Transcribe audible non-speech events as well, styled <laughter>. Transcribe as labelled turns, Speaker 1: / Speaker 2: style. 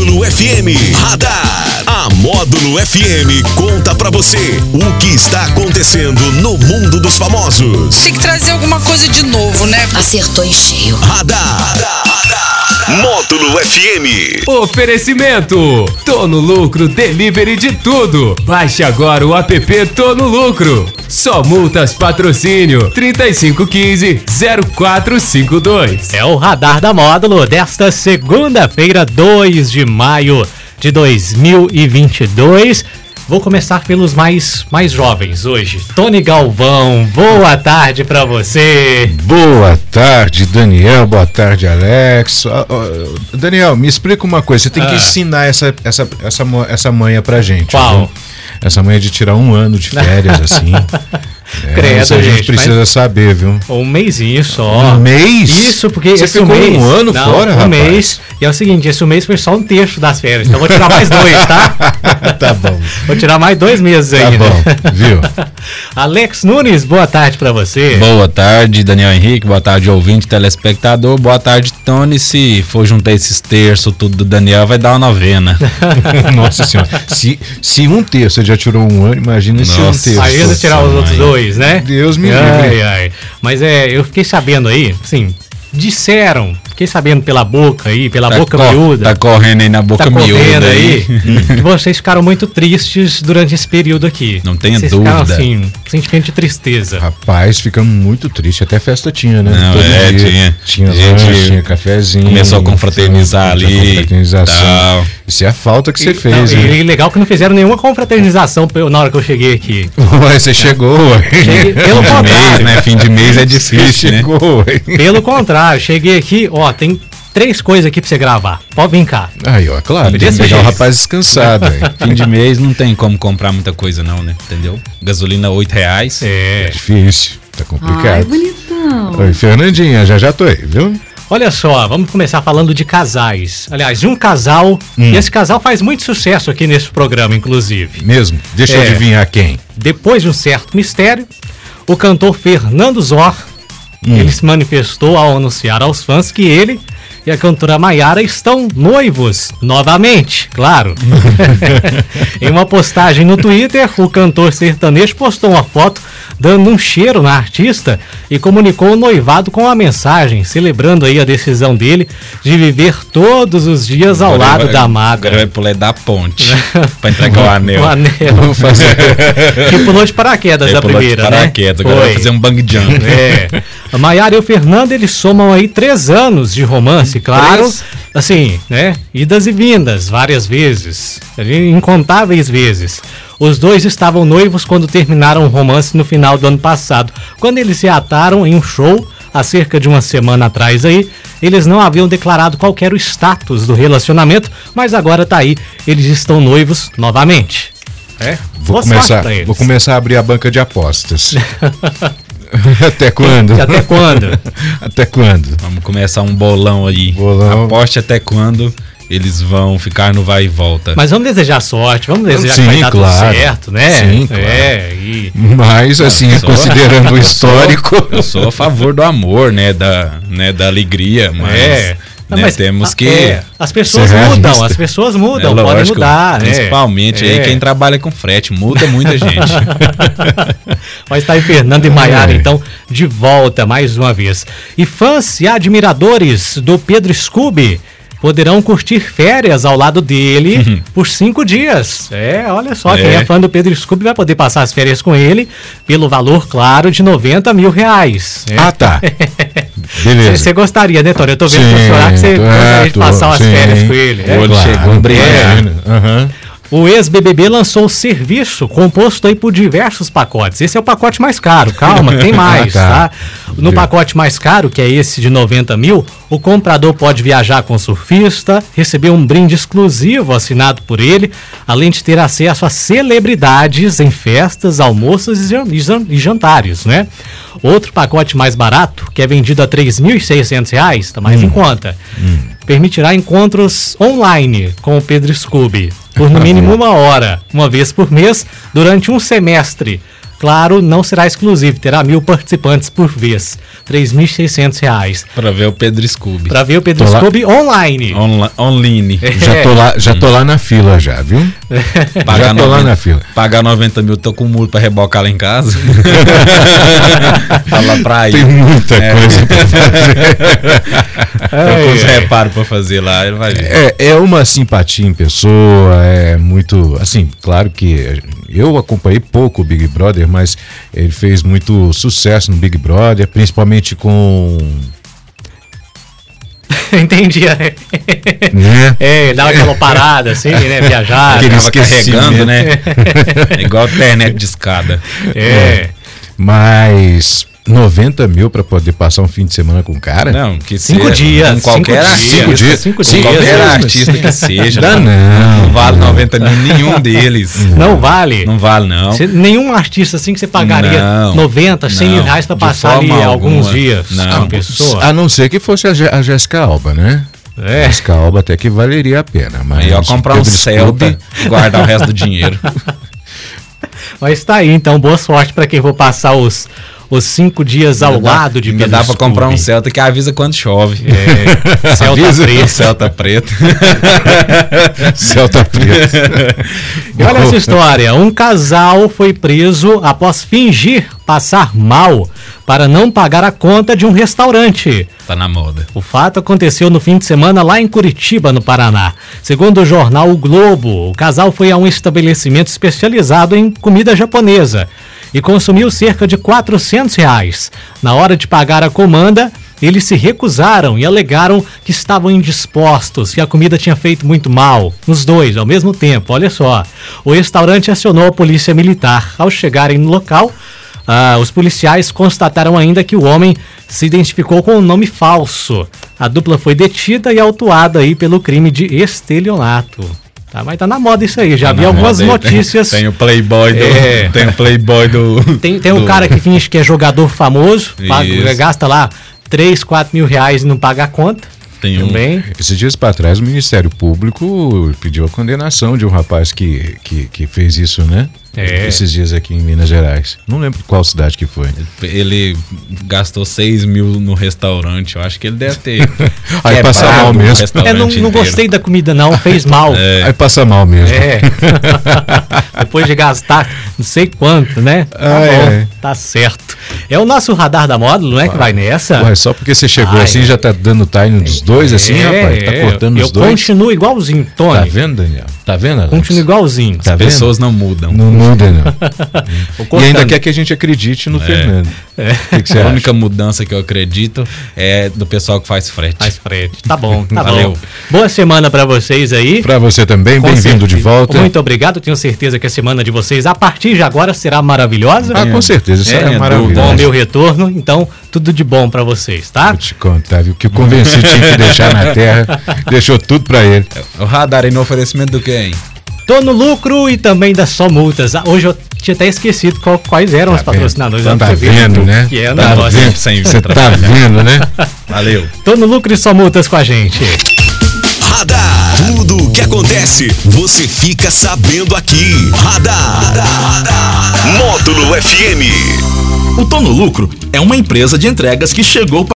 Speaker 1: FM Radar. A Módulo FM conta para você o que está acontecendo no mundo dos famosos.
Speaker 2: Tem que trazer alguma coisa de novo, né?
Speaker 3: Acertou em cheio.
Speaker 1: Radar. Módulo FM.
Speaker 4: Oferecimento: Tô no lucro, delivery de tudo. Baixe agora o app Tô no lucro. Só multas patrocínio 3515 0452.
Speaker 5: É o radar da módulo desta segunda-feira, 2 de maio de 2022. Vou começar pelos mais mais jovens hoje. Tony Galvão, boa tarde pra você.
Speaker 6: Boa tarde, Daniel. Boa tarde, Alex. Ah, ah, Daniel, me explica uma coisa. Você tem que
Speaker 5: Ah.
Speaker 6: ensinar essa, essa, essa, mo- essa manha pra gente.
Speaker 5: Qual?
Speaker 6: viu? Essa manha de tirar um ano de férias,
Speaker 5: <laughs>
Speaker 6: assim. É,
Speaker 5: Credo,
Speaker 6: isso a gente,
Speaker 5: gente,
Speaker 6: precisa saber, viu?
Speaker 5: Um mêsinho só.
Speaker 6: Um mês?
Speaker 5: Isso, porque
Speaker 6: Você
Speaker 5: esse
Speaker 6: ficou
Speaker 5: mês...
Speaker 6: um ano
Speaker 5: Não,
Speaker 6: fora,
Speaker 5: um
Speaker 6: rapaz?
Speaker 5: mês. E é o seguinte, esse mês foi só um terço das férias. Então eu vou tirar mais dois, tá?
Speaker 6: <laughs> tá bom.
Speaker 5: Vou tirar mais dois meses
Speaker 6: <laughs> Tá
Speaker 5: ainda.
Speaker 6: bom, viu?
Speaker 5: <laughs> Alex Nunes, boa tarde pra você.
Speaker 7: Boa tarde, Daniel Henrique. Boa tarde, ouvinte, telespectador. Boa tarde, Tony. Se for juntar esses terços tudo do Daniel, vai dar uma
Speaker 5: <laughs>
Speaker 7: novena.
Speaker 6: Nossa senhora. Se, se um terço você já tirou um ano, imagina se um
Speaker 7: Nossa.
Speaker 6: terço.
Speaker 5: Aí você tirar os outros dois, né?
Speaker 6: Deus me
Speaker 5: ai,
Speaker 6: livre.
Speaker 5: Ai. Mas é, eu fiquei sabendo aí, assim, disseram, fiquei sabendo pela boca aí, pela boca
Speaker 7: cor-
Speaker 5: miúda,
Speaker 7: Tá correndo aí na boca
Speaker 5: tá correndo
Speaker 7: miúda
Speaker 5: aí,
Speaker 7: aí.
Speaker 5: <laughs> que vocês ficaram muito tristes durante esse período aqui.
Speaker 7: Não tenha
Speaker 5: vocês Ficaram,
Speaker 7: dúvida. Ah,
Speaker 5: assim, com sentimento de tristeza.
Speaker 6: Rapaz, ficamos muito tristes. Até festa tinha, né?
Speaker 7: Não, é, tinha.
Speaker 6: Tinha
Speaker 7: A gente
Speaker 6: lanche, tinha cafezinho.
Speaker 7: começou a confraternizar
Speaker 6: tinha
Speaker 7: ali,
Speaker 6: Confraternização.
Speaker 7: tal.
Speaker 6: Isso é a falta que você
Speaker 5: Não,
Speaker 6: fez, né? hein?
Speaker 5: e legal que não fizeram nenhuma confraternização pra eu- na hora que eu cheguei aqui.
Speaker 6: <laughs> Ué, você chegou, ué. <laughs>
Speaker 7: <laughs>
Speaker 5: Cheguei- pelo
Speaker 7: Fim de mês,
Speaker 5: contrário,
Speaker 7: né? Fim de mês
Speaker 6: Você
Speaker 7: é difícil, né?
Speaker 6: chegou, ué.
Speaker 5: pelo contrário, cheguei aqui, ó, tem três coisas aqui pra você gravar. Pode vir cá.
Speaker 6: Aí, ó, claro.
Speaker 5: Desse
Speaker 6: Tem que pegar o
Speaker 5: jeito.
Speaker 6: rapaz descansado, hein?
Speaker 7: Fim de mês não tem como comprar muita coisa não, né? Entendeu? Gasolina R$ 8 reais.
Speaker 5: <laughs> É.
Speaker 6: Difícil. Tá
Speaker 3: Ai,
Speaker 6: complicado.
Speaker 3: bonitão.
Speaker 6: Oi, Fernandinha, já já tô aí, viu?
Speaker 5: Olha só, vamos começar falando de casais. Aliás, de um casal, e esse casal faz muito sucesso aqui nesse programa, inclusive.
Speaker 6: Mesmo. Deixa eu
Speaker 5: É.
Speaker 6: adivinhar quem.
Speaker 5: Depois de um certo mistério, o cantor Fernando Zor, ele se manifestou ao anunciar aos fãs que ele e a cantora Maiara estão noivos, novamente, claro. <laughs> em uma postagem no Twitter, o cantor sertanejo postou uma foto dando um cheiro na artista e comunicou o noivado com uma mensagem, celebrando aí a decisão dele de viver todos os dias ao
Speaker 7: Agora
Speaker 5: lado
Speaker 7: vai-
Speaker 5: da
Speaker 7: Agora vai
Speaker 5: amada.
Speaker 7: pular
Speaker 5: <laughs>
Speaker 7: da ponte pra entregar o anel.
Speaker 5: O anel.
Speaker 7: <laughs>
Speaker 5: que pulou de paraquedas
Speaker 7: Aí
Speaker 5: da
Speaker 7: pulou de
Speaker 5: primeira, né?
Speaker 7: paraquedas, Agora vai
Speaker 5: Foi.
Speaker 7: fazer um bang jump. <laughs>
Speaker 5: É. A Maiara e o Fernando, eles somam aí três anos de romance, claro.
Speaker 7: Três?
Speaker 5: Assim, né? Idas e vindas, várias vezes. ali, Incontáveis vezes. Os dois estavam noivos quando terminaram o romance no final do ano passado. Quando eles se ataram em um show, há cerca de uma semana atrás aí, eles não haviam declarado qualquer o status do relacionamento, mas agora tá aí, eles estão noivos novamente. É?
Speaker 6: Vou
Speaker 5: Boa sorte
Speaker 6: começar,
Speaker 5: pra eles.
Speaker 6: vou começar a abrir a banca de
Speaker 5: <laughs>
Speaker 6: apostas. <laughs> Até quando?
Speaker 5: E Até quando?
Speaker 6: <laughs> Até quando?
Speaker 7: Vamos começar um bolão aí.
Speaker 6: Bolão.
Speaker 7: Aposte até quando eles vão ficar no vai e volta.
Speaker 5: Mas vamos desejar sorte, vamos desejar
Speaker 6: Sim,
Speaker 5: que vai dar
Speaker 6: claro.
Speaker 5: tudo certo, né?
Speaker 6: Sim, claro.
Speaker 5: É, e
Speaker 6: Mas, assim,
Speaker 7: eu sou-
Speaker 6: considerando o histórico.
Speaker 7: Eu sou a favor do amor, né? Da, né? da alegria, mas,
Speaker 5: é. Não,
Speaker 7: né,
Speaker 5: mas-
Speaker 7: temos que.
Speaker 5: é, as pessoas
Speaker 6: Será
Speaker 5: mudam,
Speaker 6: justo?
Speaker 5: as pessoas mudam,
Speaker 7: né,
Speaker 5: podem
Speaker 7: lógico,
Speaker 5: mudar. né?
Speaker 7: Principalmente
Speaker 5: É.
Speaker 7: aí quem trabalha com frete.
Speaker 5: <laughs>
Speaker 7: Muda muita gente.
Speaker 5: Mas tá aí Fernando e Maiara, então, de volta mais uma vez. E fãs e admiradores do Pedro Scooby poderão curtir férias ao lado dele por cinco dias. É, olha só, quem
Speaker 7: É.
Speaker 5: é fã do Pedro Scooby vai poder passar as férias com ele pelo valor, claro, de 90 mil reais. É.
Speaker 6: <laughs> Ah, tá. Beleza.
Speaker 5: Você gostaria, né, Tony? Eu tô vendo que
Speaker 6: Sim,
Speaker 5: que você
Speaker 6: tô-
Speaker 5: gostaria
Speaker 6: é,
Speaker 5: de
Speaker 6: tô-
Speaker 5: passar umas
Speaker 6: sim. É.
Speaker 5: férias com ele. né?
Speaker 6: Olha,
Speaker 7: Claro,
Speaker 6: chegou brilhando. Aham.
Speaker 5: O ex-BBB lançou o serviço composto aí por diversos pacotes. Esse é o pacote mais caro, calma,
Speaker 6: <laughs>
Speaker 5: tem mais,
Speaker 6: Ah, tá.
Speaker 5: tá? No pacote mais caro, que é esse de 90 mil, o comprador pode viajar com o surfista, receber um brinde exclusivo assinado por ele, além de ter acesso a celebridades em festas, almoços e jan- e jan- e jantares, né? Outro pacote mais barato, que é vendido a R$ 3.600, reais, tá mais em conta, permitirá encontros online com o Pedro Scooby por no mínimo uma hora, uma vez por mês, durante um semestre. Claro, não será exclusivo, terá mil participantes por vez, R$ 3.600.
Speaker 7: Pra ver o Pedro Scooby.
Speaker 5: Para ver o Pedro
Speaker 6: Tô lá.
Speaker 5: Scooby online.
Speaker 7: Onla- online.
Speaker 5: É.
Speaker 6: Já tô, lá, já tô lá na fila já, viu? Já tô lá na fila.
Speaker 7: Pagar 90 mil, tô com o muro pra rebocar lá
Speaker 5: <laughs>
Speaker 7: em casa. tá lá pra ir.
Speaker 6: Tem muita coisa <laughs> pra
Speaker 7: Tô Tá com os reparos pra fazer lá, ele vai ver.
Speaker 6: É, é uma simpatia em pessoa, é muito. Assim, claro que eu acompanhei pouco o Big Brother, mas ele fez muito sucesso no Big Brother, principalmente com.
Speaker 5: <laughs> Entendi. né?
Speaker 6: Né?
Speaker 5: É, dá aquela parada assim, né? Viajar.
Speaker 6: Aquele
Speaker 7: Ah, Tava
Speaker 6: esquecimento.
Speaker 7: carregando, né? <laughs> É Igual internet de escada.
Speaker 5: É.
Speaker 6: Mas 90 mil pra poder passar um fim de semana com o cara?
Speaker 7: Não, que
Speaker 5: Cinco
Speaker 7: seja,
Speaker 5: dias,
Speaker 7: Com
Speaker 5: cinco
Speaker 7: um qualquer
Speaker 5: dias,
Speaker 7: artista.
Speaker 6: cinco dias,
Speaker 5: cinco
Speaker 7: com
Speaker 5: dias,
Speaker 7: qualquer
Speaker 5: mesmo.
Speaker 7: artista que seja.
Speaker 6: Dá não.
Speaker 7: Não vale 90 mil nenhum deles.
Speaker 5: Não vale.
Speaker 7: Não vale, não.
Speaker 5: Você- nenhum artista assim que você pagaria
Speaker 7: Não,
Speaker 5: 90, 100 mil
Speaker 7: não,
Speaker 5: reais pra
Speaker 7: de
Speaker 5: passar ali
Speaker 7: forma
Speaker 5: alguns
Speaker 7: alguma.
Speaker 5: dias
Speaker 7: Não.
Speaker 5: com a pessoa.
Speaker 6: A não ser que fosse a, Je- a Jéssica Alba, né?
Speaker 5: É.
Speaker 6: Jéssica Alba até que valeria a pena. Mas
Speaker 7: Aí eu comprar um
Speaker 6: Pedro
Speaker 7: Celta
Speaker 6: Scooby-
Speaker 7: e guardar o resto
Speaker 5: <laughs>
Speaker 7: do dinheiro.
Speaker 5: Mas tá aí, então, boa sorte pra quem vou passar os, os cinco dias ao
Speaker 7: Ainda dá-
Speaker 5: lado de
Speaker 7: ainda
Speaker 5: Pedro
Speaker 7: dá pra comprar um
Speaker 5: Scooby.
Speaker 7: Celta que avisa quando chove. <laughs>
Speaker 5: É, Celta
Speaker 7: avisa
Speaker 5: preto.
Speaker 7: o Celta preto.
Speaker 6: <laughs> Celta preto.
Speaker 5: E olha essa história. Um casal foi preso após fingir passar mal para não pagar a conta de um restaurante.
Speaker 7: <laughs> Tá na moda.
Speaker 5: O fato aconteceu no fim de semana lá em Curitiba, no Paraná. Segundo o jornal O Globo, o casal foi a um estabelecimento especializado em comida japonesa e consumiu cerca de 400 reais. Na hora de pagar a comanda, eles se recusaram e alegaram que estavam indispostos, que a comida tinha feito muito mal. Os dois, ao mesmo tempo, olha só. O restaurante acionou a polícia militar. Ao chegarem no local, ah, os policiais constataram ainda que o homem se identificou com um nome falso. A dupla foi detida e autuada aí pelo crime de estelionato. Tá, mas tá na moda isso aí. Já vi
Speaker 7: Na
Speaker 5: algumas
Speaker 7: moda aí tem-
Speaker 5: notícias.
Speaker 7: <laughs> Tem, um o Playboy do.
Speaker 5: É.
Speaker 7: Tem o Playboy do.
Speaker 5: Tem, tem um
Speaker 7: do-
Speaker 5: cara que finge que é jogador
Speaker 7: <laughs>
Speaker 5: famoso, paga,
Speaker 7: Isso.
Speaker 5: gasta lá 3, 4 mil reais e não paga a conta.
Speaker 7: Tem um-
Speaker 5: Também.
Speaker 6: Esses dias para trás, o Ministério Público pediu a condenação de um rapaz que, que, que fez isso, né?
Speaker 5: É.
Speaker 6: Esses dias aqui em Minas Gerais. Não lembro qual cidade que foi.
Speaker 7: Ele gastou 6 mil no restaurante. Eu acho que ele deve ter.
Speaker 6: Aí
Speaker 7: quebrado
Speaker 6: passa mal
Speaker 7: o
Speaker 6: mesmo.
Speaker 7: restaurante
Speaker 5: É, não, não
Speaker 7: inteiro.
Speaker 5: gostei da comida, não, fez
Speaker 7: <laughs>
Speaker 5: mal. É.
Speaker 6: Aí passa mal mesmo.
Speaker 5: <laughs> Depois de gastar não sei quanto, né? Tá
Speaker 6: Ah,
Speaker 5: bom,
Speaker 6: é.
Speaker 5: tá certo. É o nosso radar da módulo, né? Que vai nessa.
Speaker 6: Ué, só porque você chegou
Speaker 5: Ai.
Speaker 6: assim, já tá dando time dos dois, assim, rapaz? Tá cortando
Speaker 5: É. eu
Speaker 6: os dois?
Speaker 5: continuo igualzinho, Tony.
Speaker 6: Tá vendo, Daniel? Tá vendo, Alex?
Speaker 5: Continuo igualzinho.
Speaker 6: Tá
Speaker 7: As
Speaker 6: vendo?
Speaker 7: pessoas não mudam.
Speaker 6: Não muda, <laughs> não.
Speaker 5: Vou É.
Speaker 6: e
Speaker 5: cortando.
Speaker 6: ainda quer que a gente acredite no Fernando. O que, que você
Speaker 7: a
Speaker 6: acha?
Speaker 7: única mudança que eu acredito é do pessoal que faz frete.
Speaker 5: Mas Fred, tá bom, tá
Speaker 7: Valeu.
Speaker 5: bom. Boa semana pra vocês aí.
Speaker 6: Pra você também,
Speaker 5: Com
Speaker 6: bem-vindo de
Speaker 5: certeza.
Speaker 6: volta. Ah,
Speaker 5: Muito obrigado, tenho certeza que a semana de vocês a partir de agora será maravilhosa.
Speaker 6: Ah, com certeza, isso
Speaker 7: É,
Speaker 6: é,
Speaker 7: Edu,
Speaker 6: maravilhoso.
Speaker 5: Bom meu retorno, então tudo de bom pra vocês, tá?
Speaker 6: Vou te contar, viu? Que eu convenci tinha que deixar na terra,
Speaker 5: <laughs>
Speaker 6: deixou tudo pra ele.
Speaker 7: O radar aí no oferecimento do quem?
Speaker 5: Tô no lucro e também das só multas. Ah, Hoje eu tinha até esquecido qual- quais eram os
Speaker 6: vendo?
Speaker 5: patrocinadores.
Speaker 6: Tá
Speaker 5: Olha pra você ver
Speaker 6: vendo,
Speaker 5: o
Speaker 6: né?
Speaker 5: Que é o
Speaker 6: Tá
Speaker 5: negócio.
Speaker 6: vendo?
Speaker 7: sem
Speaker 6: Você tá vendo, né?
Speaker 7: Valeu.
Speaker 5: Tô no lucro e só multas com a gente.
Speaker 1: Radar. Tudo o que acontece, você fica sabendo aqui. Radar. Módulo FM.
Speaker 8: O Tô no Lucro é uma empresa de entregas que chegou